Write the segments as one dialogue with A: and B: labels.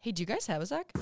A: Hey, do you guys have a sec?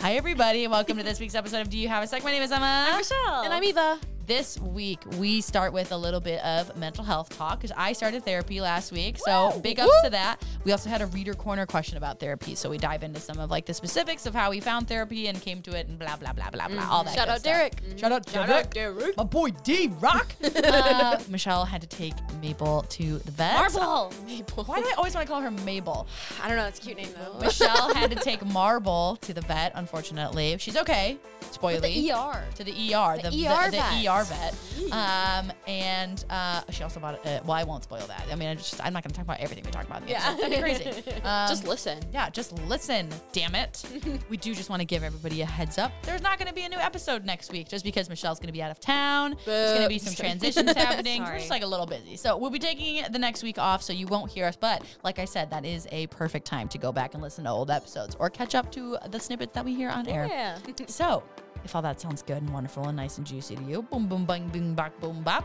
A: Hi, everybody, and welcome to this week's episode of Do You Have a Sec? My name is Emma.
B: I'm Rochelle.
A: And I'm Eva. This week, we start with a little bit of mental health talk because I started therapy last week. So,
B: Woo!
A: big ups
B: Woo!
A: to that. We also had a reader corner question about therapy. So, we dive into some of like the specifics of how we found therapy and came to it and blah, blah, blah, blah, blah. All that.
B: Mm-hmm. Shout
A: good
B: out
A: stuff.
B: Mm-hmm. Derek.
A: Shout out Derek. My boy D Rock. uh, Michelle had to take Mabel to the vet.
B: Marble. Maple.
A: Why do I always want to call her Mabel?
B: I don't know. It's a cute name though.
A: Michelle had to take Marble to the vet, unfortunately. She's okay. Spoily.
B: the ER.
A: To the ER, the,
B: The
A: the,
B: ER
A: the
B: vet.
A: ER vet. Um, and uh, she also bought a, well, I won't spoil that. I mean, I just, I'm not going to talk about everything we talk about in the
B: Yeah.
A: episode. That'd be crazy. Um,
B: Just listen.
A: yeah, just listen, damn it. we do just want to give everybody a heads up. There's not going to be a new episode next week just because Michelle's going to be out of town. There's going to be some transitions happening. We're just
B: Sorry.
A: like a little busy. So we'll be taking the next week off so you won't hear us. But like I said, that is a perfect time to go back and listen to old episodes or catch up to the snippets that we hear on air.
B: Yeah.
A: So, if all that sounds good and wonderful and nice and juicy to you, boom, boom, bang, boom, bop, boom, bop.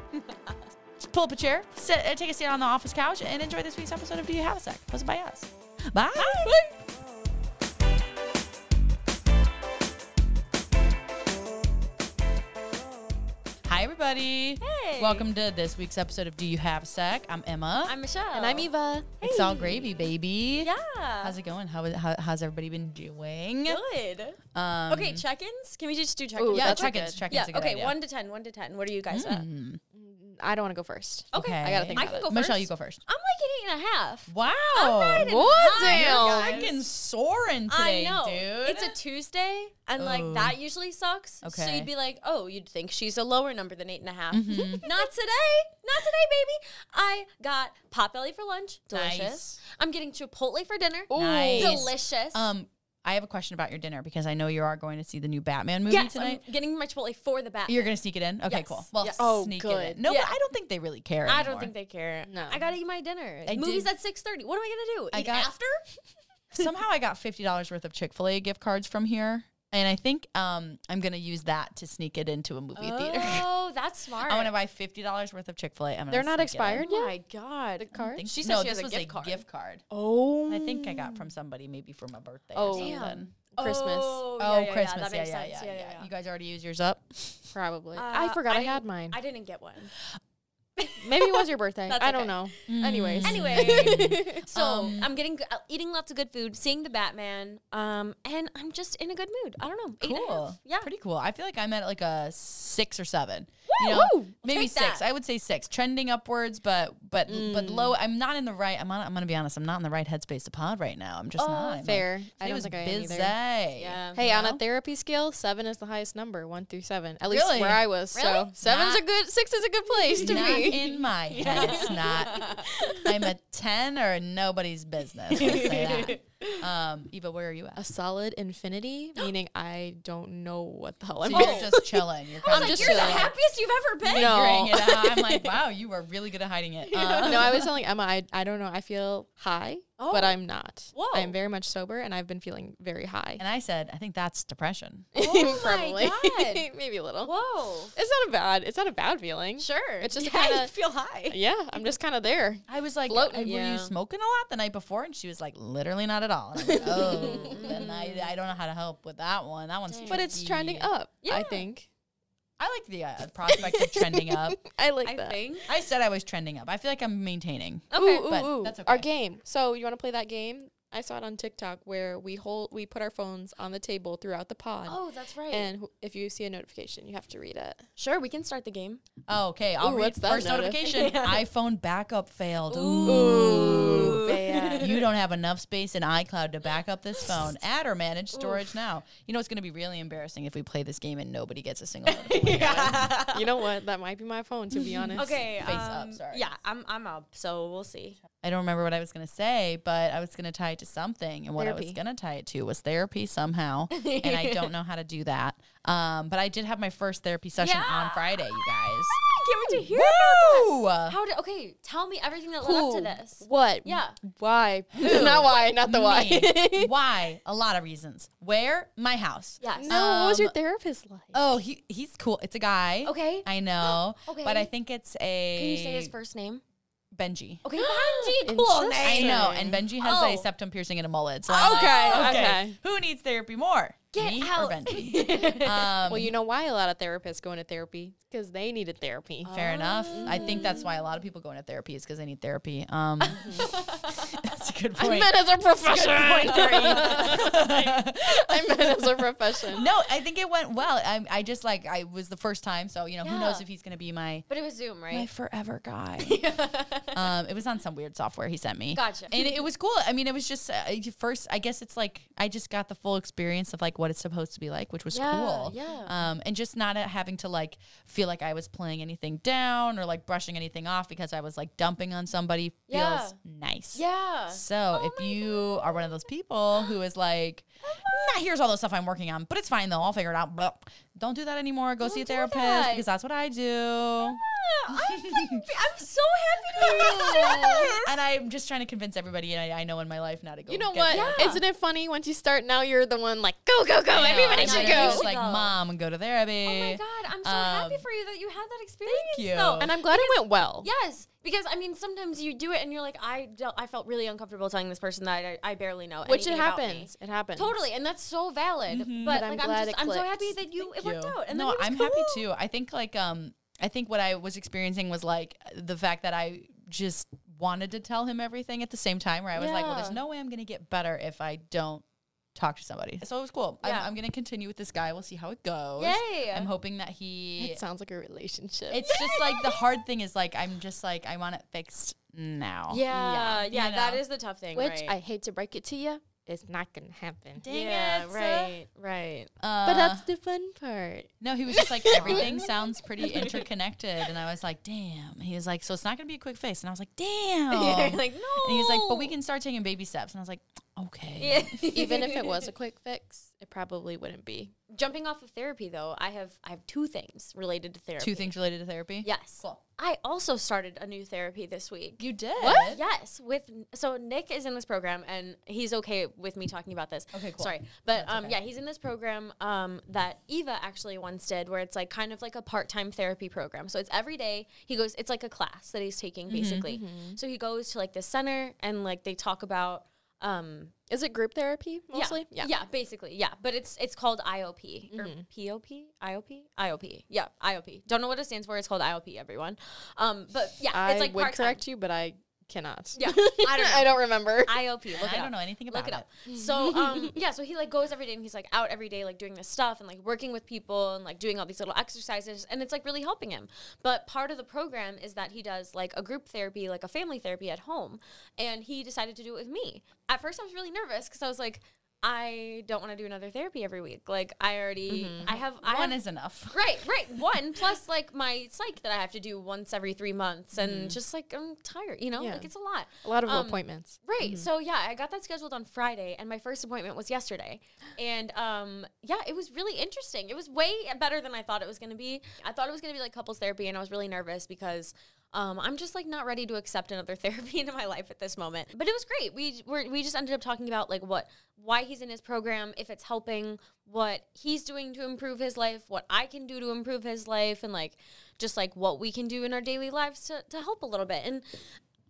A: Just pull up a chair, sit, uh, take a seat on the office couch, and enjoy this week's episode of Do You Have a Sec? Hosted by us. Bye. Hi, everybody.
B: Hey.
A: Welcome to this week's episode of Do You Have a Sec? I'm Emma.
B: I'm Michelle.
C: And I'm Eva.
A: It's all gravy, baby.
B: Yeah.
A: How's it going? How, how, how's everybody been doing?
B: Good.
A: Um,
B: Okay, check-ins. Can we just do check-ins?
C: Ooh,
A: Yeah,
C: that's a
A: check-ins.
C: good-
A: Check-ins.
B: yeah.
A: a good
B: Okay.
A: idea.
B: One to ten. One to ten. What are you guys at?
A: Mm.
C: I don't want to go first.
B: Okay.
A: Okay.
C: I gotta think
B: I
C: about
B: can go
C: it.
A: Michelle,
B: first.
A: you go first.
B: I'm like an eight and a half.
A: Wow.
B: right, and-
C: What?
B: Hi,
C: Damn.
A: Fucking soaring today,
B: I know.
A: dude.
B: It's a Tuesday, and
A: Oh.
B: like that usually sucks. So
A: Okay.
B: you'd be like, oh, you'd think she's a lower number than eight and a half. Not today.
A: Mm-hmm.
B: Not today, baby. I got potbelly for lunch. Delicious.
A: Nice.
B: I'm getting Chipotle for dinner.
C: Ooh.
A: Nice.
B: Delicious.
A: um, I have a question about your dinner because I know you are going to see the new Batman movie
B: yes,
A: tonight.
B: I'm getting my Chipotle for the bat.
A: You're gonna sneak it in. Okay,
B: Yes.
A: cool. Well,
B: Yes.
C: Oh,
A: sneak it
C: good.
A: in. No,
B: Yeah.
A: but I don't think they really care.
B: I
A: anymore.
B: don't think they care.
C: No.
B: I gotta eat my dinner.
A: I
B: Movie's
A: did-
B: at six thirty. What am I gonna do?
A: I
B: Eat
A: got-
B: after?
A: Somehow I got fifty dollars worth of Chick Fil A gift cards from here, and I think um I'm gonna use that to sneak it into a movie theater.
B: Oh, that's smart.
A: I want to buy fifty dollars worth of Chick Fil A. I'm gonna
C: They're not
A: sneak it in.
C: expired
B: Oh
C: yet.
B: my god.
A: I think-
C: She said
A: no,
C: she has
A: this
C: a
A: was
C: gift card.
A: gift card.
C: Oh.
A: I think I got from somebody maybe for my birthday.
C: Oh.
A: or something.
B: Damn.
C: Christmas.
B: Oh, yeah,
A: Oh,
B: yeah, yeah,
A: Christmas.
B: That makes
A: yeah,
B: sense.
A: yeah, yeah, yeah,
B: yeah.
A: You guys already used yours up?
C: Probably.
B: Uh,
C: I forgot I, had
B: didn't-
C: mine.
B: I didn't get one.
C: Maybe it was your birthday.
B: That's
C: I don't
B: okay.
C: know. Anyways.
B: Anyway, so
A: Um,
B: I'm getting g- uh, eating lots of good food, seeing the Batman, um, and I'm just in a good mood. I don't know. Eight and a half.
A: Cool.
B: Yeah.
A: Pretty cool. I feel like I'm at like a six or seven. You
B: Woo!
A: know,
B: Woo!
A: maybe
B: Take
A: six.
B: that. Mm.
A: I would say six. Trending upwards, but but but low. I'm not in the right. I'm on, I'm gonna be honest. I'm not in the right headspace to pod right now. I'm just
B: Oh,
A: not. I'm
C: Fair.
A: Like,
C: I
A: it
C: don't
A: was
C: think I am
A: busy.
C: either.
B: yeah.
C: Hey,
A: you
C: on
A: know?
C: a therapy scale, seven is the highest number, one through seven. At least
A: Really?
C: where I was. So
A: Really?
C: seven's
A: Not-
C: a good six is a good place to
A: Not
C: be.
A: in my head. It's not. I'm a ten or nobody's business. I'll say that. Um, Eva, where are you at?
C: a solid infinity, meaning I don't know what the hell I'm
A: So
C: doing.
A: you're just chilling. You're
B: Oh. I was
A: kind
C: I'm
A: of
B: like,
C: just
B: you're the
C: chilling.
B: happiest you've ever been.
C: No.
A: figuring it out. I'm like, wow, you are really good at hiding it. Uh,
C: no, I was telling Emma, I, I don't know. I feel high, but
B: Oh.
C: I'm not.
B: Whoa.
C: I'm very much sober, and I've been feeling very high.
A: And I said, I think that's depression.
B: Oh my God.
C: maybe a little.
B: Whoa.
C: It's not a bad. It's not a bad feeling.
B: Sure.
C: It's just
B: yeah,
C: kinda-
B: you feel high.
C: Yeah, I'm just kind of there.
A: I was like,
C: Floating.
A: "Uh, were
C: Yeah.
A: you smoking a lot the night before? And she was like, literally not at all. And I'm like, oh, then I, I don't know how to help with that one. That one's
C: But it's trending
A: tricky.
C: up.
B: Yeah.
C: I think.
A: I like the uh, prospect of trending up.
C: I like
B: I
C: that.
B: think.
A: I said I was trending up. I feel like I'm maintaining.
B: Okay.
C: ooh, ooh,
A: but
C: ooh.
A: that's okay.
C: Our game. So you want to play that game? I saw it on TikTok where we hold we put our phones on the table throughout the pod,
B: Oh, that's right.
C: and wh- if you see a notification, you have to read it.
B: sure, we can start the game.
A: Oh, okay, I'll
C: Ooh,
A: read
C: what's that
A: first
C: notif-
A: notification. iPhone backup failed. Ooh.
C: Ooh, bad.
A: You don't have enough space in iCloud to back up this phone. Add or manage storage now. You know it's going to be really embarrassing if we play this game and nobody gets a single notification.
C: you know what? That might be my phone. To be honest.
B: Okay.
A: Face up,
B: um,
A: sorry.
B: Yeah, I'm I'm up. So we'll see.
A: I don't remember what I was going to say, but I was going to tie it to something. And what I was
C: Therapy.
A: going to tie it to was therapy somehow. and I don't know how to do that. Um, but I did have my first therapy session on
B: Yeah.
A: Friday, you
B: I can't wait to hear.
A: guys. Woo!
B: How did? Okay, tell me everything that led
C: Who?
B: up to this.
C: What?
B: Yeah.
C: Why? not why. Not the
A: Me.
C: why.
A: Why? A lot of reasons. Where? My house.
B: Yes.
C: no. what was
A: Um,
C: your therapist like?
A: Oh, he he's cool. It's a guy.
B: Okay.
A: I know.
B: Okay.
A: But I think it's a
B: Can you say his first name?
A: Benji.
B: Okay, Benji, cool
A: I
B: name.
A: know, and Benji has a
B: Oh.
A: septum piercing and a mullet. So I'm like,
C: Okay,
A: okay,
C: okay.
A: Who needs therapy more?
B: Get
A: me or
B: out.
A: Benji? um,
C: Well, you know why a lot of therapists go into therapy because they needed therapy.
A: Fair enough. I think that's why a lot of people go into therapy is because they need therapy. Um, that's a good point.
C: as a profession.
A: I
C: I meant as a profession.
A: No, I think it went well. I, I just like I was the first time, so you know who
B: Yeah.
A: knows if he's gonna be my
B: But it was Zoom,
A: my
B: right?
A: forever guy. um, it was on some weird software he sent me.
B: Gotcha.
A: And it, it was cool. I mean, it was just uh, you first. I guess it's like I just got the full experience of like what it's supposed to be like, which was
B: Yeah,
A: cool.
B: yeah.
A: Um, and just not uh, having to like feel like I was playing anything down or like brushing anything off because I was like dumping on somebody feels
B: Yeah.
A: nice.
B: Yeah. Oh
A: So if you are one of those people who is like,
B: Uh-huh.
A: nah, here's all the stuff I'm working on, but it's fine though, I'll figure it out. Blah. Don't do that anymore. Go see a
B: do
A: therapist
B: that.
A: because that's what I do.
B: I'm, I'm so happy to hear
A: And I'm just trying to convince everybody I, I know in my life not to go.
C: You know
A: get
C: what?
A: therapy.
B: Yeah.
C: Isn't it funny once you start now you're the one like go go go
A: I know,
C: everybody
A: and
C: should
A: I'm
C: go.
A: just like,
B: Go.
A: mom, go to therapy.
B: Oh my god, I'm so happy
A: Um,
B: for you that you had that experience.
A: you.
B: Though.
A: And
C: and I'm glad it went well.
B: Yes, because I mean, sometimes you do it and you're like, I, don't- I felt really uncomfortable telling this person that I, I barely know.
C: Which it
B: anything about me.
C: happens. It happens.
B: Totally, and that's so valid. But,
C: But I'm
B: like, I'm,
C: glad
B: just,
C: it
B: I'm so
C: clicked.
B: happy that you it worked
A: you.
B: out. And
A: no,
B: that it was
A: I'm happy too. I think like um, I think what I was experiencing was like the fact that I just wanted to tell him everything at the same time. Where I was like, well, there's
B: Yeah.
A: no way I'm gonna get better if I don't talk to somebody. So it was cool.
B: Yeah.
A: I'm, I'm gonna continue with this guy. We'll see how it goes.
B: Yay.
A: I'm hoping that he.
C: It sounds like a relationship.
A: It's just like the hard thing is like I'm just like I want it fixed now.
B: Yeah, yeah,
A: you
B: that
A: know.
B: is the tough thing.
C: which
B: right.
C: I hate to break it to you, it's not gonna happen.
A: Dang
B: yeah,
A: it.
B: right, right.
A: Uh,
C: but that's the fun part.
A: No, he was just like everything sounds pretty interconnected, and I was like, "Damn." He was like, "So it's not gonna be a quick fix," and I was like, "Damn."
B: You're
A: and
B: like no.
A: he was like, "But we can start taking baby steps," and I was like, "Okay."
B: Yeah.
C: Even if it was a quick fix, it probably wouldn't be.
B: jumping off of therapy though, I have I have two things related to therapy.
A: Two things related to therapy.
B: Yes.
A: Cool.
B: I also started a new therapy this week.
A: You did.
B: Yes, with so Nick is in this program and he's okay with me talking about this.
A: Okay, cool.
B: Sorry, but um, yeah, he's in this program um, that Eva actually once did, where it's like kind of like a part-time therapy program. So it's every day he goes. It's like a class that he's taking
A: Mm-hmm,
B: basically. So he goes to like the center and like they talk about um,
C: Is it group therapy mostly?
B: yeah. Yeah, basically. Yeah. But it's it's called IOP or
A: Mm-hmm.
B: POP, IOP, IOP. Yeah, IOP. Don't know what it stands for. It's called IOP, everyone. Um, but yeah,
C: I
B: it's like
C: would
B: part-time.
C: correct you, but I cannot.
B: Yeah. I don't know.
C: I don't remember.
B: IOP. Look
A: I
B: it
A: don't
B: up.
A: know anything about
B: Look it
A: it.
B: up. So um, yeah, so he like goes every day and he's like out every day, like doing this stuff and like working with people and like doing all these little exercises and it's like really helping him. But part of the program is that he does like a group therapy, like a family therapy at home, and he decided to do it with me. At first, I was really nervous because I was like. I don't want to do another therapy every week. Like I already, I have, I
A: Mm-hmm. One
B: have,
A: is enough.
B: Right, right. One plus like my psych that I have to do once every three months, and
A: Mm.
B: just like I'm tired, you know,
C: Yeah.
B: like it's a lot.
C: A lot of
B: Um,
C: appointments.
B: Right. So yeah, I got that scheduled on Friday, and my first appointment was yesterday. And um, yeah, it was really interesting. It was way better than I thought it was going to be. I thought it was going to be like couples therapy, and I was really nervous because. Um, I'm just like not ready to accept another therapy into my life at this moment, but it was great. We were, we just ended up talking about like what why he's in his program, if it's helping, what he's doing to improve his life, what I can do to improve his life, and like just like what we can do in our daily lives to to help a little bit. And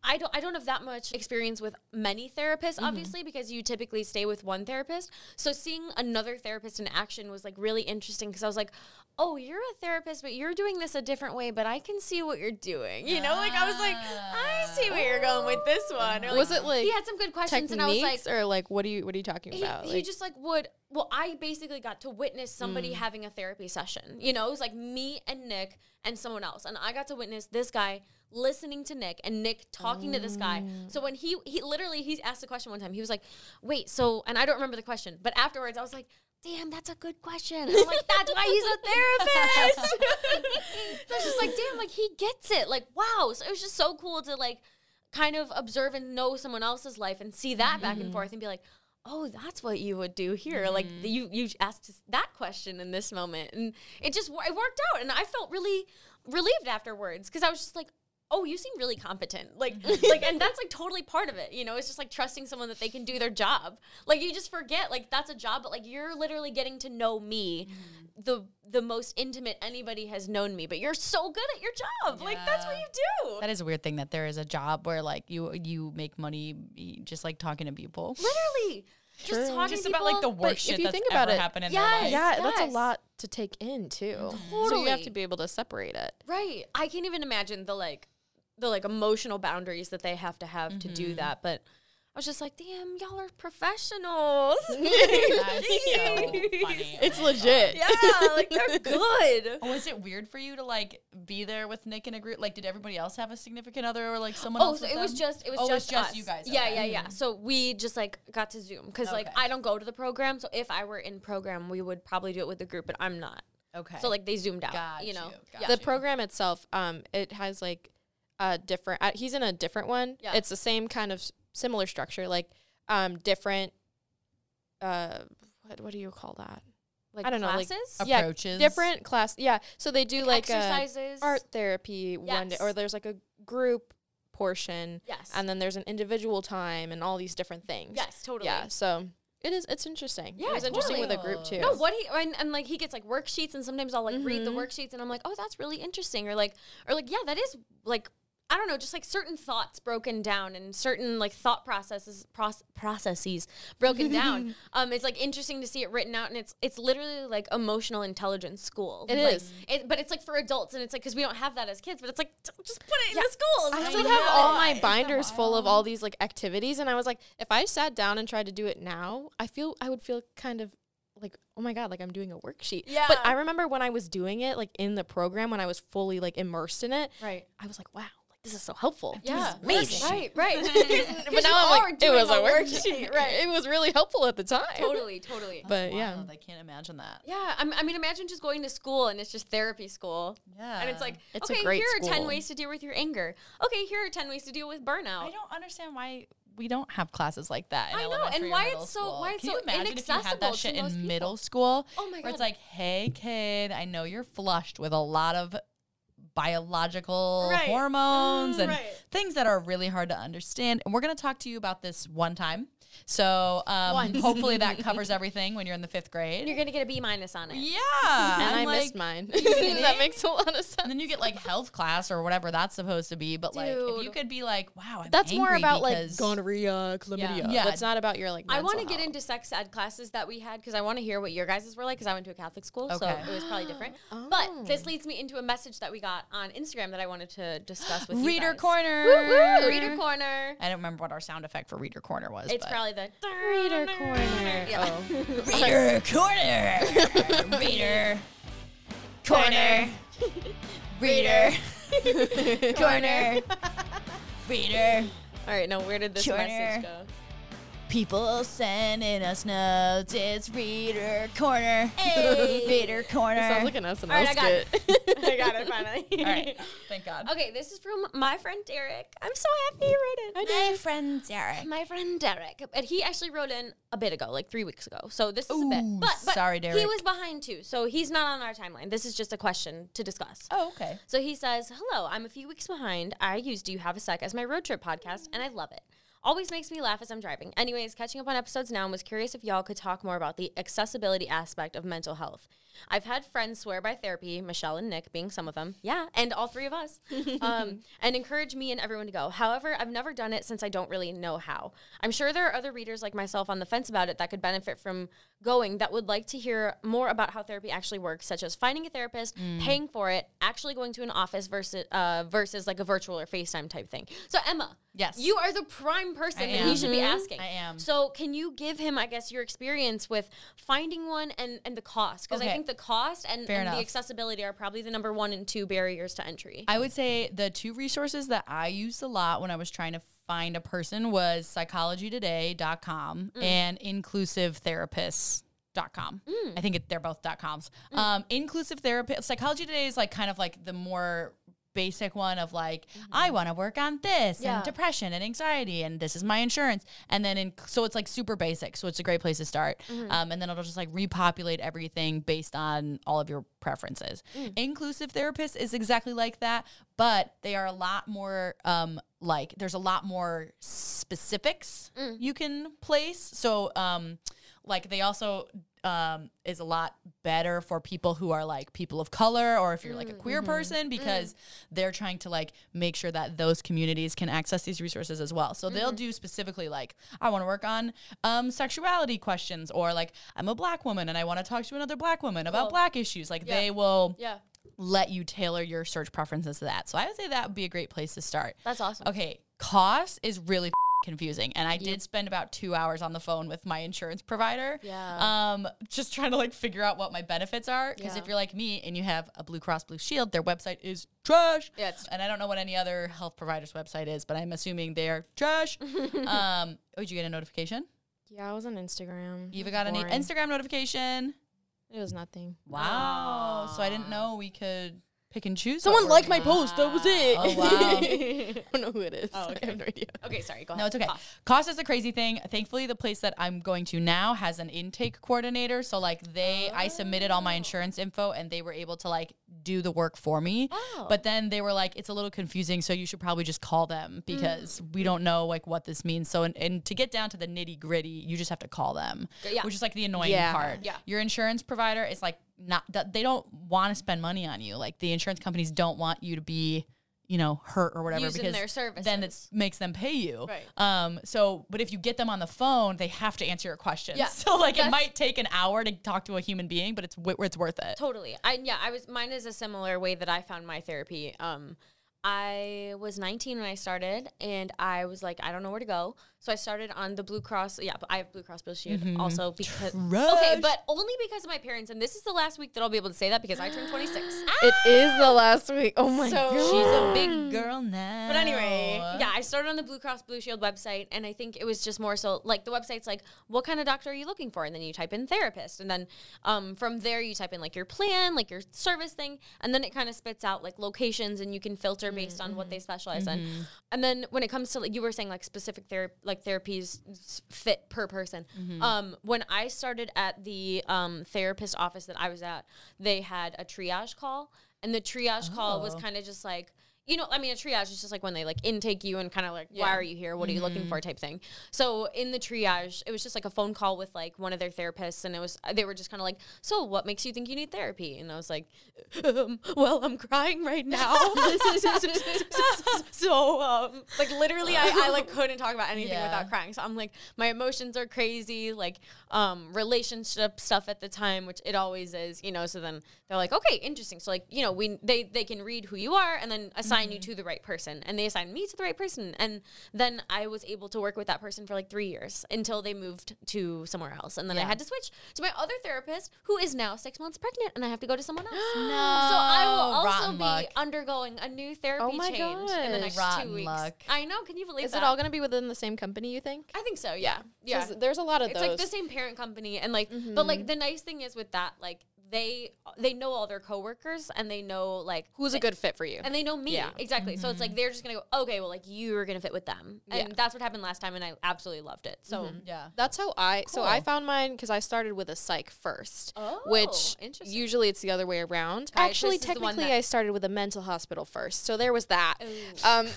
B: I don't I don't have that much experience with many therapists
C: Mm-hmm.
B: obviously because you typically stay with one therapist. So seeing another therapist in action was like really interesting because I was like, "Oh, you're a therapist, but you're doing this a different way, but I can see what you're doing." You know, like I was like, "I see where you're going with this one." Or, like,
C: Was it like
B: He had some good questions
C: techniques
B: and I was like,
C: or like what are you what are you talking
B: he,
C: about?
B: he
C: Like- Mm.
B: just like would well i basically got to witness somebody having a therapy session you know it was like me and nick and someone else and i got to witness this guy listening to nick and nick talking to this guy so when he he literally he asked a question one time he was like wait so and i don't remember the question but afterwards i was like Damn, that's a good question. I'm like, that's why he's a therapist. so I was just like, damn, like he gets it. Like, wow. So it was just so cool to like kind of observe and know someone else's life and see that back and forth and be like, oh, that's what you would do here. Like th- you you asked us that question in this moment, and it just wo- it worked out, and I felt really relieved afterwards because I was just like, oh, you seem really competent. Like, like, and that's like totally part of it. You know, it's just like trusting someone that they can do their job. Like, you just forget like that's a job, but like you're literally getting to know me, the the most intimate anybody has known me. But you're so good at your job. Like that's what
A: Yeah.
B: you do.
A: That is a weird thing that there is a job where like you you make money just like talking to people.
B: literally,
C: True.
B: just talking
A: Just
B: to
A: about like the
B: people,
A: worst
C: if
A: shit
C: you
A: that's
C: think about
A: ever
C: it-
A: happened in
B: Yes.
A: their life.
C: Yeah, that's a
B: yes.
C: lot to take in too. So you have
B: Totally.
C: to be able to separate it.
B: but- right. I can't even imagine the like the like emotional boundaries that they have to have to
A: Mm-hmm.
B: do that. But I was just like, damn, y'all are professionals.
A: That's so funny.
C: It's legit.
B: yeah, like they're good.
A: Was it weird for you to like be there with Nick in a group? Like, did everybody else have a significant other or like someone
B: Oh,
A: else?
B: so
A: with
B: it was
A: them?
B: just it was
A: Oh,
B: just, us.
A: you guys.
B: Yeah,
A: okay. Mm-hmm.
B: yeah, yeah. So we just like got to Zoom because like
A: Okay.
B: I don't go to the program. So if I were in program, we would probably do it with the group, but I'm not.
A: Okay.
B: So like they zoomed out.
A: Got
B: you know.
A: you,
B: yeah.
A: got
C: The program itself, um, it has like a different. Uh, he's in a different one.
B: Yeah.
C: It's the same kind of s- similar structure, like um, different. Uh, what what do you call that?
B: like uh,
C: I don't know, like,
B: classes,
C: yeah,
A: approaches.
C: Different class. Yeah. So they do like, a
B: exercises,
C: art therapy one day,
B: Yes.
C: or there's like a group portion,
B: Yes.
C: and then there's an individual time, and all these different things.
B: yes, totally.
C: Yeah. So it is. It's interesting.
B: Yeah,
C: it was interesting with a group
A: totally.
C: too.
B: No, what he and, and like he gets like worksheets, and sometimes I'll like read
C: Mm-hmm.
B: the worksheets, and I'm like, oh, that's really interesting, or like, or like, yeah, that is like, I don't know, just like certain thoughts broken down and certain like thought processes proce- processes broken down. Um, it's like interesting to see it written out, and it's it's literally like emotional intelligence school. It
C: It
B: is,
C: is.
B: it, but it's like for adults, and it's like because we don't have that as kids, but it's like t- just put it in the schools.
C: I
B: It's
C: still
B: like, "Oh
C: have
B: yeah.
C: all
A: Yeah,
C: my
A: isn't that
C: binders full of
A: wild?
C: all these like activities, and I was like, if I sat down and tried to do it now, I feel I would feel kind of like, oh my god, like I'm doing a worksheet. But
B: Yeah.
C: I remember when I was doing it, like in the program, when I was fully like immersed in it,
B: right.
C: I was like, wow, like this is so helpful.
B: Yeah,
A: amazing.
B: right, right. 'Cause
C: But
B: you
C: now I'm
B: are
C: like, it
B: doing
C: was a worksheet. right. It was really helpful at the time.
B: Totally, totally.
C: But yeah,
A: Wild, I can't imagine that.
B: Yeah, I'm, I mean, imagine just going to school and it's just therapy school.
A: Yeah.
B: And it's like,
C: It's a
B: okay,
C: great
B: here are 10
C: school.
B: ways to deal with your anger. Okay, here are 10 ways to deal with burnout.
A: I don't understand why we don't have classes like that. In
B: I know, and
A: elementary or
B: why
A: middle
B: it's so-
A: school.
B: why it's
A: Can you
B: so
A: imagine if you had
B: inaccessible
A: that
B: to
A: shit in
B: most people?
A: middle school?
B: Oh my
A: Where it's
B: God.
A: like, hey kid, I know you're flushed with a lot of biological
B: Right.
A: hormones and
B: Right.
A: things that are really hard to understand. And we're gonna talk to you about this one time. So um,
B: Once.
A: hopefully that covers everything when you're in the fifth grade.
B: And you're going to get a B minus on it.
A: yeah,
C: and
A: I'm
C: I
A: like-
C: missed mine.
A: kidding?
C: that makes a lot of
A: And
C: sense.
A: then you get like health class or whatever that's supposed to be. But like, if you
B: Dude.
A: could be like, wow, I'm
C: That's more
A: angry
C: about like
A: because-
C: gonorrhea, chlamydia.
A: Yeah.
C: That's not about your like.
B: I want to
C: mental
B: get
C: health.
B: into sex ed classes that we had because I want to hear what your guys' were like because I went to a Catholic school, so
A: Okay.
B: it was probably different.
C: Oh.
B: But this leads me into a message that we got on Instagram that I wanted to discuss with you.
A: Reader
B: guys.
A: corner.
B: Woo-woo, Reader corner.
A: I don't remember what our sound effect for reader corner was.
B: It's
A: but.
B: probably the
C: Reader corner.
B: Yeah.
C: Oh.
A: Reader Corner. Reader Corner. Reader Corner. Reader.
B: All right, now where did this
A: Corner.
B: message go?
A: People sending us notes. It's Reader Corner.
B: Hey.
A: Reader Corner.
C: Sounds like an SNL
B: All right, I got
C: skit.
B: I got it finally.
A: All right. Thank God.
B: Okay, this is from my friend Derek. I'm so happy he wrote in.
A: My friend Derek.
B: My friend Derek, and he actually wrote in a bit ago, like three weeks ago. So this is a
A: Ooh,
B: bit. But, but
A: sorry,
B: He
A: Derek.
B: was behind too, so he's not on our timeline. This is just a question to discuss.
A: Oh, okay.
B: So he says, Hello, I'm a few weeks behind. I use Do You Have a Sec as my road trip podcast, and I love it. Always makes me laugh as I'm driving. Anyways, catching up on episodes now and was curious if y'all could talk more about the accessibility aspect of mental health. I've had friends swear by therapy, Michelle and Nick being some of them. Yeah, and all three of us. Um, and encourage me and everyone to go. However, I've never done it since I don't really know how. I'm sure there are other readers like myself on the fence about it that could benefit from going that would like to hear more about how therapy actually works, such as finding a therapist,
A: Mm.
B: paying for it, actually going to an office versus uh, versus like a virtual or FaceTime type thing. So Emma,
A: Yes.
B: you are the prime person
A: I
B: that he
A: am. Mm-hmm.
B: should be asking.
A: I am.
B: So can you give him, I guess, your experience with finding one and and the cost? Because I
A: Okay.
B: think the cost and,
A: Fair
B: and the
A: enough.
B: accessibility are probably the number one and two barriers to entry.
A: I would say the two resources that I used a lot when I was trying to find a person was psychologytoday.com and inclusivetherapist.com. I think it, they're both dot coms. Um, inclusive therapy, psychology today is like kind of like the more basic one of like I want to work on this
B: Yeah.
A: and depression and anxiety and this is my insurance and then in, so it's like super basic so it's a great place to start um, and then it'll just like repopulate everything based on all of your preferences inclusive therapist is exactly like that but they are a lot more um, like there's a lot more specifics you can place so um, like they also um, is a lot better for people who are like people of color or if you're
B: Mm,
A: like a queer
B: mm-hmm.
A: person because they're trying to like make sure that those communities can access these resources as well. So
B: Mm-hmm.
A: they'll do specifically like I want to work on um, sexuality questions or like I'm a black woman and I want to talk to another black woman about
B: Cool.
A: black issues. Like
B: Yeah.
A: they will
B: Yeah.
A: let you tailor your search preferences to that. So I would say that would be a great place to start.
B: That's awesome.
A: Okay, cost is really f- confusing, and I did spend about two hours on the phone with my insurance provider.
B: Yeah.
A: Um, just trying to like figure out what my benefits are because
B: Yeah.
A: if you're like me and you have a Blue Cross Blue Shield, their website is trash.
B: Yeah, it's-
A: and I don't know what any other health provider's website is, but I'm assuming they're trash. um, oh, did you get a notification?
C: Yeah, I was on Instagram.
A: Eva
C: It
A: got
C: was
A: any
C: boring.
A: Instagram notification?
C: It was nothing.
A: Wow. So I didn't know we could pick and choose. what
C: Someone
A: we're
C: liked my post. That was it.
A: Oh, wow.
C: I don't know who it is.
B: Oh, okay.
C: I have no idea.
B: Okay, sorry. Go ahead.
A: No, it's okay.
B: Ah,
A: Cost is a crazy thing. Thankfully, the place that I'm going to now has an intake coordinator. So like they, I submitted all
B: Oh.
A: my insurance info, and they were able to like do the work for me.
B: Oh.
A: But then they were like, it's a little confusing, so you should probably just call
B: Mm.
A: them because we don't know like what this means. So and, and to get down to the nitty gritty, you just have to call them,
B: Yeah.
A: which is like the annoying
C: Yeah.
A: part.
B: Yeah.
A: Your insurance provider is like not that they don't want to spend money on you. Like the insurance companies don't want you to be. You know, hurt or whatever
B: Using
A: because
B: their
A: then it's
B: services.
A: makes them pay you.
B: Right.
A: Um, so, but if you get them on the phone, they have to answer your questions.
B: Yeah.
A: So, like, it
B: That's-
A: might take an hour to talk to a human being, but it's wi- it's worth it.
B: Totally. I yeah, I was mine is a similar way that I found my therapy. Um I was 19 when I started and I was like I don't know where to go. So I started on the Blue Cross. Yeah, but I have Blue Cross Blue Shield
C: Mm-hmm.
B: also because Okay,
A: Trash.
B: but only because of my parents and this is the last week that I'll be able to say that because I turned 26.
C: It is the last week. Oh my
B: So-
C: god.
A: She's a big girl now.
B: But anyway, yeah, I started on the Blue Cross Blue Shield website, and I think it was just more so like the website's like, what kind of doctor are you looking for? And then you type in therapist, and then um, from there you type in like your plan, like your service thing, and then it kind of spits out like locations, and you can filter based on what they specialize in. And then when it comes to like, you were saying like specific therapy, like therapies s- fit per person. Um, when I started at the um, therapist office that I was at, they had a triage call, and the triage call was
A: Oh.
B: kind of just like you know, I mean, a triage is just like when they like intake you and kind of like, why are you here? What are you looking for? type thing. So in the triage, it was just like a phone call with like one of their therapists, and it was they were just kind of like, so what makes you think you need therapy? And I was like, um, well, I'm crying right now. so um, like literally, I, I like couldn't talk about anything
A: Yeah.
B: without crying. So I'm like, my emotions are crazy, like um, relationship stuff at the time, which it always is, you know. So then they're like, okay, interesting. So like, you know, we they they can read who you are and then assign you
A: Mm-hmm.
B: to the right person, and they assigned me to the right person, and then I was able to work with that person for like three years until they moved to somewhere else, and then I
A: Yeah.
B: had to switch to my other therapist, who is now six months pregnant, and I have to go to someone else. no, so I will
A: No,
B: also
A: rotten
B: be
A: luck.
B: undergoing a new therapy
C: Oh my
B: change in the
C: gosh.
B: next
A: Rotten
B: two weeks.
A: luck.
B: I know. Can you believe
C: Is
B: that?
C: it all gonna be within the same company? You think?
B: I think so. Yeah.
C: 'Cause
B: Yeah.
C: There's a lot of
B: It's
C: those. Mm-hmm.
B: like the same parent company, and like, but like the nice thing is with that, like they they know all their coworkers, and they know like
C: Who's a good fit for you?
B: and they know me
C: Yeah. Mm-hmm.
B: exactly. So it's like they're just gonna go, okay, well, like you're gonna fit with them, and
C: Yeah. Mm-hmm.
B: that's what happened last time, and I absolutely loved it. So
A: yeah.
C: That's how I so I
A: Cool.
C: found mine because I started with a psych first,
B: Oh,
C: which
B: interesting.
C: usually it's the other way around.
B: Right,
C: Actually,
B: this is the one
C: technically,
B: that-
C: I started with a mental hospital first, so there was that.
B: Ooh.
C: Um,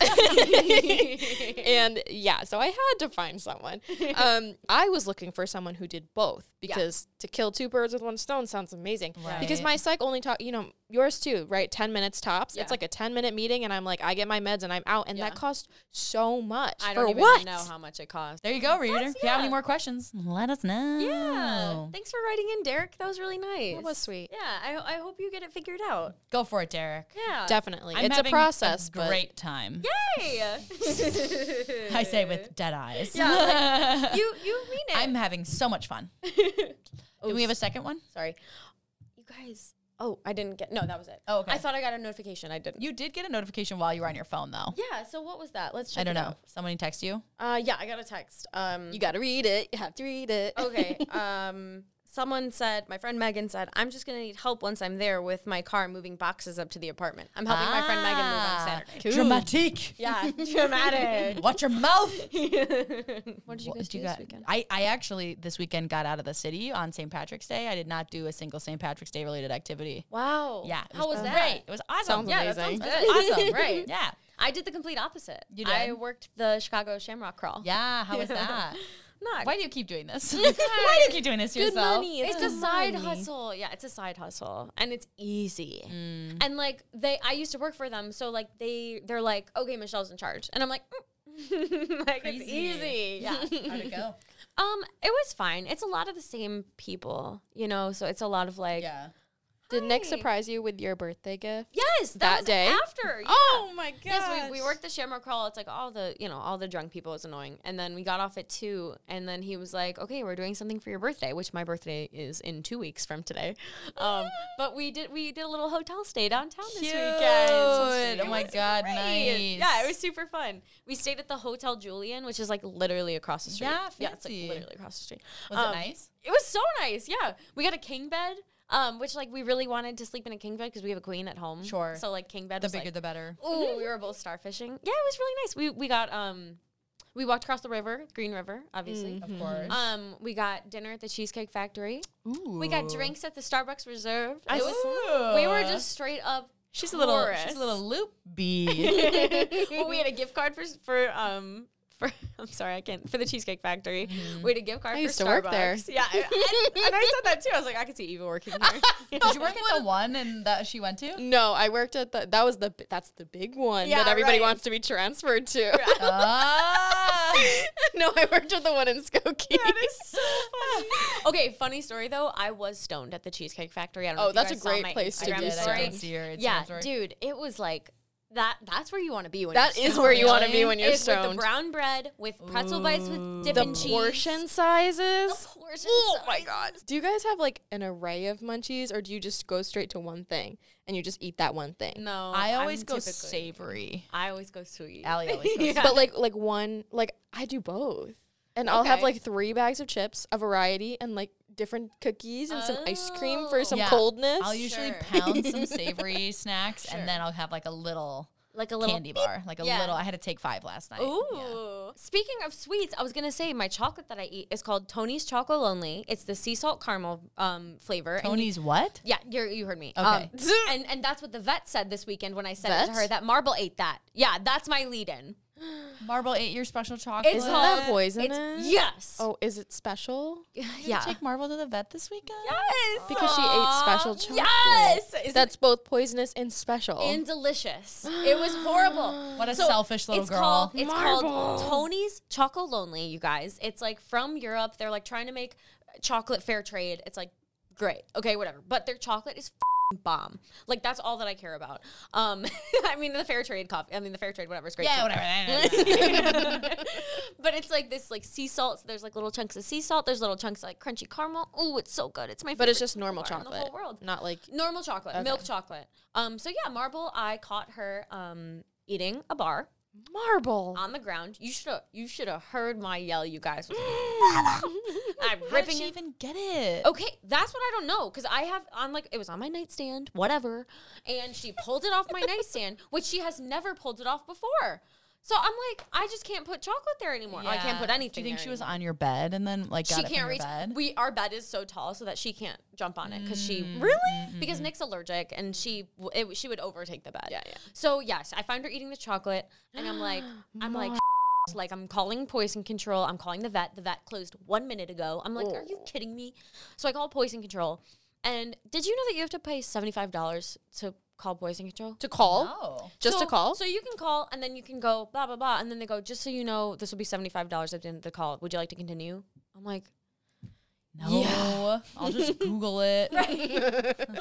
C: and yeah, so I had to find someone. Um, I was looking for someone who did both because to kill two birds with one stone sounds amazing. Because
A: Right.
C: my psych only talk, you know, yours too, right? Ten minutes tops.
B: Yeah.
C: It's like a ten minute meeting, and I'm like, I get my meds and I'm out, and that
B: Yeah.
C: cost so much.
B: I don't
C: for
B: even
C: what?
B: know how much it costs.
A: There you go, reader.
B: That's-
A: If you have any
B: yeah.
A: more questions, let us know.
B: Yeah. Thanks for writing in, Derek. That was really nice.
C: Oh. That was sweet.
B: Yeah. I, I hope you get it figured out.
A: Go for it, Derek.
B: Yeah.
C: Definitely,
A: I'm
C: it's a
A: having
C: process. but-
A: great time.
B: Yay.
A: I say with dead eyes.
B: Yeah, you you mean it.
A: I'm having so much fun. Do we have a second one?
B: Sorry. You guys. Oh, I didn't get. No, that was it.
A: Oh, okay.
B: I thought I got a notification. I didn't.
A: You did get a notification while you were on your phone, though.
B: yeah. So what was that? Let's check.
A: I don't
B: it
A: know. Somebody text you.
B: Out. Uh, yeah, I got a text. Um.
C: You gotta read it. You have to read it.
B: okay. Um. someone said, my friend Megan said, I'm just going to need help once I'm there with my car moving boxes up to the apartment. I'm helping my friend Megan move
A: Ah.
B: on Saturday.
C: Cool.
A: Dramatique.
B: Yeah, dramatic.
A: Watch your mouth.
C: What did you
A: What did
C: guys do
A: you
C: this
A: got?
C: weekend?
A: I, I actually this weekend got out of the city on St. Patrick's Day. I did not do a single St. Patrick's Day related activity.
B: Wow.
A: Yeah.
B: How was that?
A: Great. It was awesome.
C: Sounds
A: yeah.
B: Yeah, that sounds
C: Amazing.
B: good.
A: That's awesome.
B: right.
A: Yeah.
B: I did the complete opposite.
A: You
B: I
A: did?
B: worked the Chicago Shamrock Crawl.
A: Yeah. How was that?
B: Not.
A: Why do you keep doing this? Why do you keep doing this to
C: Good
A: yourself?
C: money.
B: it's a
C: good
B: side
C: money.
B: hustle. Yeah, it's a side hustle, and it's easy. And like they, I used to work for them, so like they, they're like, okay, Michelle's in charge, and I'm like, mm. like it's
A: Crazy.
B: easy. Yeah.
A: How'd it go?
B: um, it was fine. It's a lot of the same people, you know. So it's a lot of like,
A: Yeah.
C: Did Nick
B: Hi.
C: surprise you with your birthday gift?
B: yes, that,
C: That
B: was
C: day?
B: after. yeah.
C: Oh my god.
B: Yes, we, we worked the Shamrock Crawl. It's like all the you know all the drunk people is annoying. And then we got off at two, and then he was like, "Okay, we're doing something for your birthday," which my birthday is in two weeks from today. Um, but we did we did a little hotel stay downtown this
A: Cute.
B: weekend.
A: Oh
B: It
A: my
B: was
A: God,
B: great.
A: nice.
B: Yeah, it was super fun. We stayed at the Hotel Julian, which is like literally across the street.
A: Yeah,
B: it's
A: fancy.
B: like literally across the street.
A: Was
B: Um,
A: it nice?
B: It was so nice. Yeah, we got a king bed. Um, which like we really wanted to sleep in a king bed because we have a queen at home.
A: Sure.
B: So like king bed.
A: The
B: was,
A: bigger
B: like,
A: the better.
B: Oh, we were both starfishing. Yeah, it was really nice. We we got um we walked across the river, Green River, obviously.
A: Of course.
B: Um, we got dinner at the Cheesecake Factory.
A: Ooh.
B: We got drinks at the Starbucks Reserve.
C: I
B: It was- we were just straight up.
A: She's a little she's
B: tourists.
A: a little loopy.
B: well, we had a gift card for s- for um for I'm sorry I can't for the Cheesecake Factory. We had a gift card.
C: I
B: for
C: used to work there.
B: Starbucks. Yeah, I- and, and I said that too. I was like, I could see Eva working here.
A: Did you work at the one and that she went to?
C: No, I worked at the. That was the. bi- That's the big one
B: Yeah,
C: that everybody
B: right.
C: wants to be transferred to.
A: Ah.
C: no, I worked at the one in Skokie.
B: okay, funny story though. I was stoned at the Cheesecake Factory. I don't know
C: Oh,
B: if you
C: that's
B: guys
C: a
B: saw
C: great
B: my
C: place to
B: Instagram
C: be
A: Yeah,
C: stoned.
B: story.
A: that goes to your Instagram
B: Yeah,
A: story.
B: dude, it was like that. That's where you want to be when
C: That
B: you're
C: is
B: stoned.
C: where you want to
A: Really?
C: be when you're
B: It's with the
C: stoned.
B: brown bread with pretzel bites with dip
C: The
B: and cheese.
C: portion
B: The
C: sizes.
B: portion.
C: Oh my
B: size.
C: god. Do you guys have like an array of munchies, or do you just go straight to one thing and you just eat that one thing?
B: No,
A: I
B: I'm
A: always go
B: typically-
A: savory.
B: I always go sweet.
A: Allie always goes
C: But like like one like I do both, and I'll have
B: Okay.
C: like three bags of chips, a variety, and like different cookies and some ice cream for some
A: Yeah.
C: coldness.
A: I'll usually
B: Sure.
A: pound some savory snacks and then I'll have like a little
B: like a little
A: candy bar, like a
B: Yeah.
A: little. I had to take five last night.
B: Ooh.
A: Yeah.
B: Speaking of sweets, I was gonna say my chocolate that I eat is called Tony's Choco Lonely. It's the sea salt caramel um, flavor. and
A: Tony's what?
B: Yeah, you're, you heard me.
A: Okay.
B: Um, and and that's what the vet said this weekend when I said it to
C: Vet?
B: her that marble ate that. Yeah, that's my lead in.
A: Marble ate your special chocolate.
B: It's
C: Isn't
B: called
C: that poisonous?
B: it's- Yes.
C: Oh, is it special?
B: yeah.
A: Take Marble to the vet this weekend.
B: Yes.
C: Because she ate special chocolate.
B: Yes. Is that
C: That's both poisonous and special.
B: and delicious? It was horrible.
A: What a
B: So,
A: selfish little
B: it's
A: girl.
B: Called, it's called
C: Marble.
B: Tony's Choco Lonely, you guys. It's like from Europe. They're like trying to make chocolate fair trade. It's like great. Okay, whatever. But their chocolate is fing bomb. Like that's all that I care about. Um I mean the fair trade coffee. I mean the fair trade whatever is great.
A: yeah,
B: too.
A: whatever.
B: but it's like this like sea salt. So there's like little chunks of sea salt. There's little chunks of like crunchy caramel. Oh, it's so good. It's my favorite.
C: but it's just normal
B: bar in
C: chocolate.
B: the whole world.
C: Not like
B: normal chocolate, milk chocolate. Um, so yeah, Marble. I caught her um eating a bar
C: marble.
B: on the ground. You should have you should have heard my yell, you guys. I'm
A: How did
B: ripping
A: she
B: it.
A: even get it?
B: Okay, that's what I don't know because I have on like it was on my nightstand, whatever, and she pulled it off my nightstand, which she has never pulled it off before. So I'm like, I just can't put chocolate there anymore. I can't
A: Yeah.
B: put anything.
A: Do you think
B: there
A: she was
B: anymore.
A: on your bed and then like got
B: She
A: it from
B: can't
A: your
B: reach.
A: bed?
B: We our bed is so tall so that she can't jump on it because she
C: Really?
B: because Nick's allergic and she w- it, she would overtake the bed.
C: Yeah, yeah.
B: So yes, I find her eating the chocolate, and I'm like, I'm like, like I'm calling poison control. I'm calling the vet. The vet closed one minute ago. I'm like, are you
C: Oh.
B: kidding me? So I call poison control, and did you know that you have to pay seventy five dollars to call poison control?
C: To call?
A: Oh.
C: Just
B: so,
C: to call?
B: So you can call, and then you can go blah blah blah, and then they go, just so you know, this will be seventy five dollars at the end of the call. Would you like to continue? I'm like,
A: No. I'll just Google it.
B: but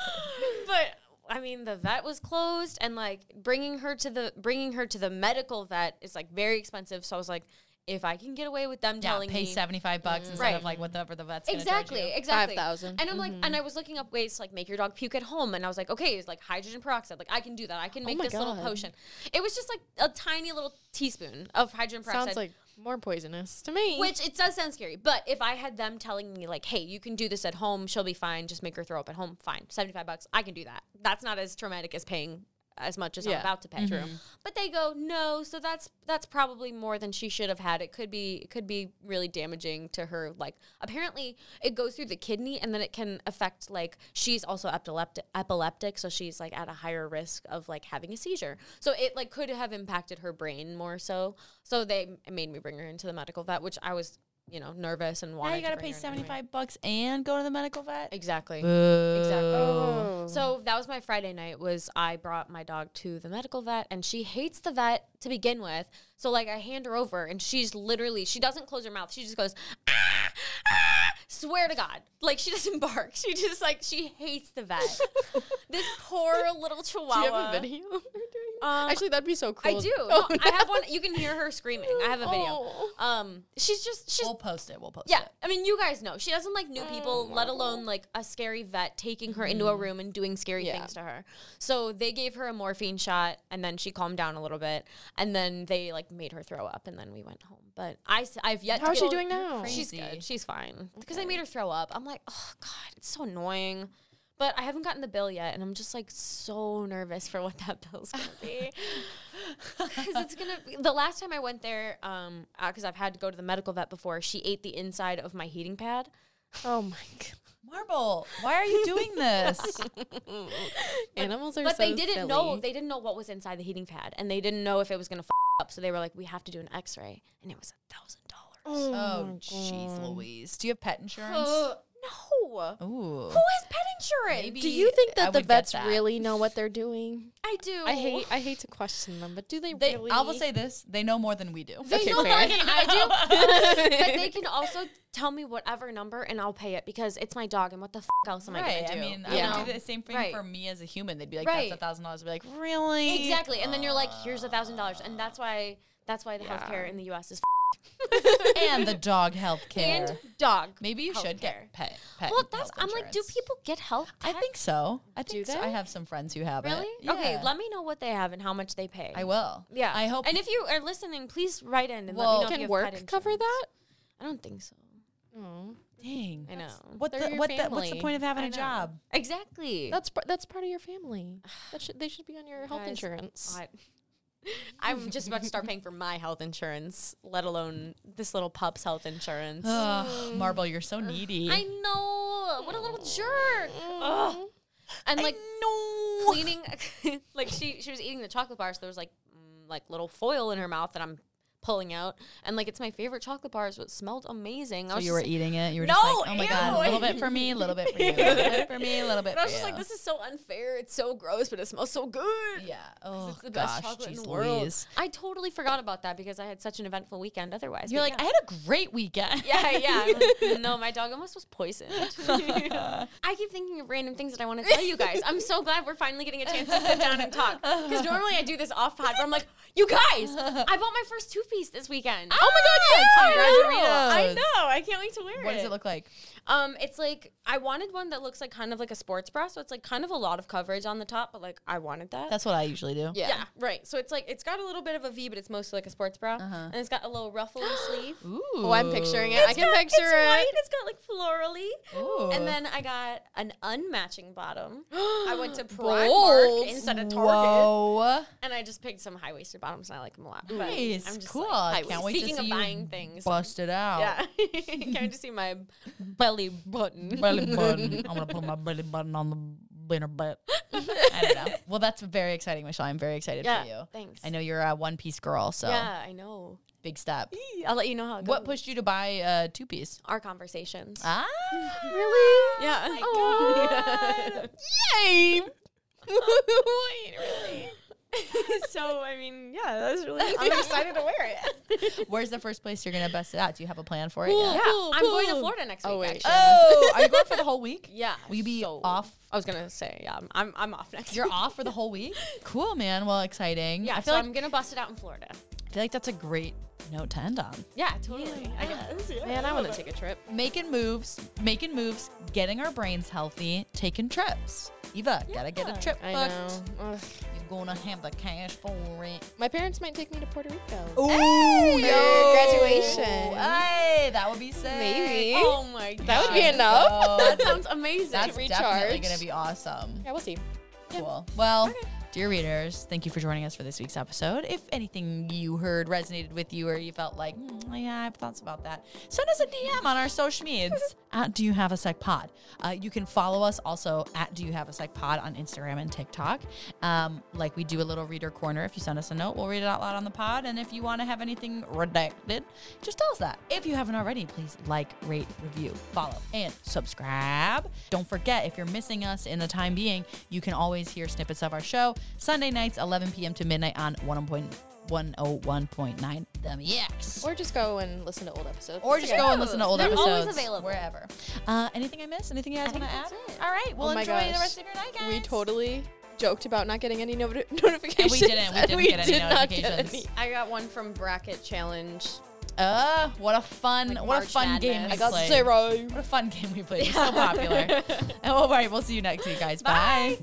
B: I mean, the vet was closed, and like bringing her to the bringing her to the medical vet is like very expensive. So I was like, if I can get away with them
A: Yeah,
B: telling
A: pay
B: me.
A: seventy five bucks instead
B: Right.
A: of like whatever the vet's gonna charge
B: Exactly,
A: you.
B: exactly.
C: 5,000.
B: And I'm like,
C: Mm-hmm.
B: and I was looking up ways to like make your dog puke at home, and I was like, okay, it's like hydrogen peroxide. Like I can do that. I can make
C: Oh my
B: this little
C: God.
B: potion. It was just like a tiny little teaspoon of hydrogen peroxide.
C: Sounds like more poisonous to me.
B: Which it does sound scary, but if I had them telling me like, "Hey, you can do this at home. She'll be fine. Just make her throw up at home. Fine, seventy-five bucks. I can do that. That's not as traumatic as paying as much as I'm
C: Yeah.
B: about to pay."
A: Mm-hmm.
B: But they go, "No." So that's that's probably more than she should have had. It could be it could be really damaging to her. Like apparently, it goes through the kidney, and then it can affect like she's also epileptic, epileptic, so she's like at a higher risk of like having a seizure. So it like could have impacted her brain more so. So they made me bring her into the medical vet, which I was you know nervous and wanted.
A: Now you gotta
B: to
A: pay
B: bring her in anyway.
A: seventy five bucks and go to the medical vet.
B: Exactly. Oh,
A: Exactly.
C: Oh.
B: So that was my Friday night. Was I brought my dog to the medical vet, and she hates the vet to begin with. So like I hand her over, and she's literally she doesn't close her mouth. She just goes, ah, ah, swear to God, like she doesn't bark. She just like she hates the vet. this poor little
C: do
B: Chihuahua.
C: you have a video? of her doing that?
B: Um,
C: Actually, that'd be so
B: I
C: cool.
B: do.
C: Oh,
B: No, I have one. You can hear her screaming. I have a video.
C: Oh.
B: Um, she's just she's
A: We'll post it. We'll post
B: yeah,
A: it.
B: I mean, you guys know she doesn't like new people, let alone like a scary vet taking her into a room and doing scary
C: Yeah.
B: things to her. So they gave her a morphine shot, and then she calmed down a little bit, and then they like made her throw up, and then we went home. But I, have yet.
C: How
B: to
C: is
B: get-
C: she doing now?
B: She's
A: Crazy.
B: good. She's fine. Because I made her throw up. I'm like, oh god, it's so annoying. But I haven't gotten the bill yet, and I'm just like so nervous for what that bill's gonna be. Because it's gonna. Be, the last time I went there, um, because I've had to go to the medical vet before, she ate the inside of my heating pad.
C: Oh my god.
A: Marble, why are you doing this?
C: Animals are
B: But
C: so
B: they didn't know.
C: silly.
B: They didn't know what was inside the heating pad, and they didn't know if it was gonna f- up. So they were like, "We have to do an X-ray," and it was a thousand dollars.
A: oh, jeez, Louise. Do you have pet insurance?
B: No.
A: Ooh.
B: Oh. Who has pet insurance?
A: Maybe-
C: do you think
A: I
C: that the
A: would get
C: vets
A: that.
C: really know what they're doing?
B: I do.
C: I hate I hate to question them, but do they,
A: They,
C: really?
A: I will say this: they know more than we do.
B: They
C: Okay,
B: know more
C: fair.
B: than I do, but they can also tell me whatever number, and I'll pay it because it's my dog. And what the f- else am I
A: right?
B: gonna
A: I
B: do?
A: mean,
B: you
A: I
B: know?
A: would do the same thing
B: Right.
A: for me as a human. They'd be like,
B: Right.
A: "That's a thousand dollars." I'd be like, "Really?"
B: exactly. And then you're like, here's a thousand dollars, and that's why that's why the
C: Yeah.
B: healthcare in the U.S. is
A: and the dog health care.
B: f- and dog.
A: Maybe you should
B: healthcare.
A: get pet. pet
B: Well, that's.
A: health
B: I'm like, do
A: insurance.
B: people get health?
A: I
B: tech?
A: think so. I think so. I
C: they?
A: have some friends who have it.
B: really. Okay,
A: Yeah.
B: let me know what they have and how much they pay.
A: I will.
B: Yeah,
A: I hope.
B: And if you are listening, please write in and
A: Well-
B: let me know.
C: can
B: if you have pet
C: work cover
B: insurance.
C: that?
B: I don't think so.
C: Oh,
A: dang,
B: I know.
A: what
C: they're
A: the,
C: your
A: what the, what's the
C: family.
A: point of having
B: I
A: a
B: know.
A: job?
B: Exactly.
C: that's par- that's part of your family. That should they should be on your health
B: Guys,
C: insurance.
B: I- I'm just about to start paying for my health insurance, let alone this little pup's health insurance.
A: Ugh, Marble, you're so needy.
B: Mm. I know. What a little jerk. Ugh. And like
A: no.
B: cleaning, like she she was eating the chocolate bar, so there was like mm, like little foil in her mouth that I'm pulling out, and like it's my favorite chocolate bars, so it smelled amazing. I
A: So
B: was
A: you
B: just
A: were
B: like-
A: eating it. You were
B: No,
A: just like, oh my god, a
B: ew.
A: little bit for me, a little bit for you, a little bit for me, a little bit.
B: and I was
A: for
B: just like,
A: you.
B: this is so unfair. It's so gross, but it smells so good.
A: Yeah. Oh
B: It's the
A: gosh,
B: best chocolate in
A: jeez
B: the world.
A: Louise.
B: I totally forgot about that because I had such an eventful weekend. Otherwise,
A: You're
B: but
A: like, I
B: yeah.
A: had a great weekend.
B: Yeah, yeah. I'm like, no, my dog almost was poisoned. I keep thinking of random things that I want to tell you guys. I'm so glad we're finally getting a chance to sit down and talk. Because normally I do this off pod where I'm like, you guys, I bought my first two piece this weekend.
A: Oh my god,
B: I know. I
A: yes! Congratulations.
B: know. I can't wait to wear it.
A: What does it look like?
B: Um, it's like I wanted one that looks like kind of like a sports bra, so it's like kind of a lot of coverage on the top, but like I wanted that.
A: That's what I usually do.
B: yeah. right. So it's like it's got a little bit of a V, but it's mostly like a sports bra,
A: Uh-huh.
B: and it's got a little ruffly sleeve.
A: Ooh.
C: Oh, I'm picturing it. I
B: It's
C: can
B: got- it's
C: picture it.
B: White, it's got like florally.
A: Ooh.
B: And then I got an unmatching bottom. I went to
C: Bold.
B: Primark instead of Target,
A: Whoa.
B: and I just picked some high waisted bottoms, and I like them a lot. But
A: Nice.
B: I'm just
A: cool.
B: Like,
A: I can't wait
B: speaking
A: to see
B: of
A: you
B: buying things,
A: bust it out.
B: yeah, can't wait to see my belly button.
A: Belly button. I'm gonna put my belly button on the inner butt. I don't know. Well, that's very exciting, Michelle. I'm very excited
B: Yeah,
A: for you.
B: thanks.
A: I know you're a one piece girl, so
B: Yeah, I know.
A: big step.
B: I'll let you know how it
A: What
B: goes.
A: pushed you to buy a two piece?
B: our conversations.
A: Ah, Oh
C: Really?
B: yeah. Oh
A: God.
C: Yay!
B: so I mean, yeah, that was really. I'm excited to wear it.
A: Where's the first place you're gonna bust it out? Do you have a plan for it?
C: Cool.
A: Yet?
B: Yeah,
C: Cool,
B: I'm going to
C: cool.
B: Florida next
C: Oh,
B: week.
C: wait.
B: Actually.
A: Oh, are you going for the whole week?
B: yeah.
A: Will you be
B: so-
A: off?
B: I was gonna say, yeah, I'm I'm, I'm off next.
A: You're
B: week.
A: off for the whole week. Cool, man. Well, exciting.
B: Yeah,
A: I feel
B: so
A: like
B: I'm gonna bust it out in Florida.
A: I feel like that's a great note to end on.
B: Yeah, totally. I guess.
C: Man, I want to take a trip.
A: Making moves, making moves, getting our brains healthy, taking trips. Eva, gotta get a trip
C: I
A: booked.
C: know. Ugh.
A: You're gonna have the cash for it. Oh.
C: My parents might take me to Puerto Rico.
A: Ooh,
C: yo.
B: Oh my god.
C: That would be enough.
A: Oh,
B: that sounds amazing.
A: that's
C: recharge.
A: definitely going to be awesome.
C: yeah, we'll see.
A: Cool. Well, dear readers, thank you for joining us for this week's episode. If anything you heard resonated with you or you felt like, "Hmm, yeah, I have thoughts about that, send us a DM on our social medias at Do You Have a Sec Pod. Uh, you can follow us also at Do You Have a Sec Pod on Instagram and TikTok. Um, like we do a little reader corner. If you send us a note, we'll read it out loud on the pod. And if you want to have anything redacted, just tell us that. If you haven't already, please like, rate, review, follow, and subscribe. Don't forget, if you're missing us in the time being, you can always hear snippets of our show Sunday nights, 11 p.m. to midnight on 101.9 The X.
C: Or just go and listen to old episodes.
A: Or just go and listen to old
B: They're
A: episodes.
B: always available.
A: Wherever. Uh, anything I missed? Anything you guys
B: I
A: want to add?
B: think that's it. Oh
A: All right. Well,
C: my
A: enjoy
C: gosh.
A: the rest of your night, guys.
C: We totally joked about not getting any noti- notifications.
A: didn't. We
C: and
A: didn't
C: we
A: get any
C: did not get
A: notifications.
B: I got one from Bracket Challenge.
A: Uh, what a fun,
B: Like
A: what a
B: March
A: fun
B: Madness.
A: game.
C: I
A: we
C: got
A: played.
C: zero.
A: What a fun game we played. It's so popular. oh, all right. We'll see you next week, guys. Bye.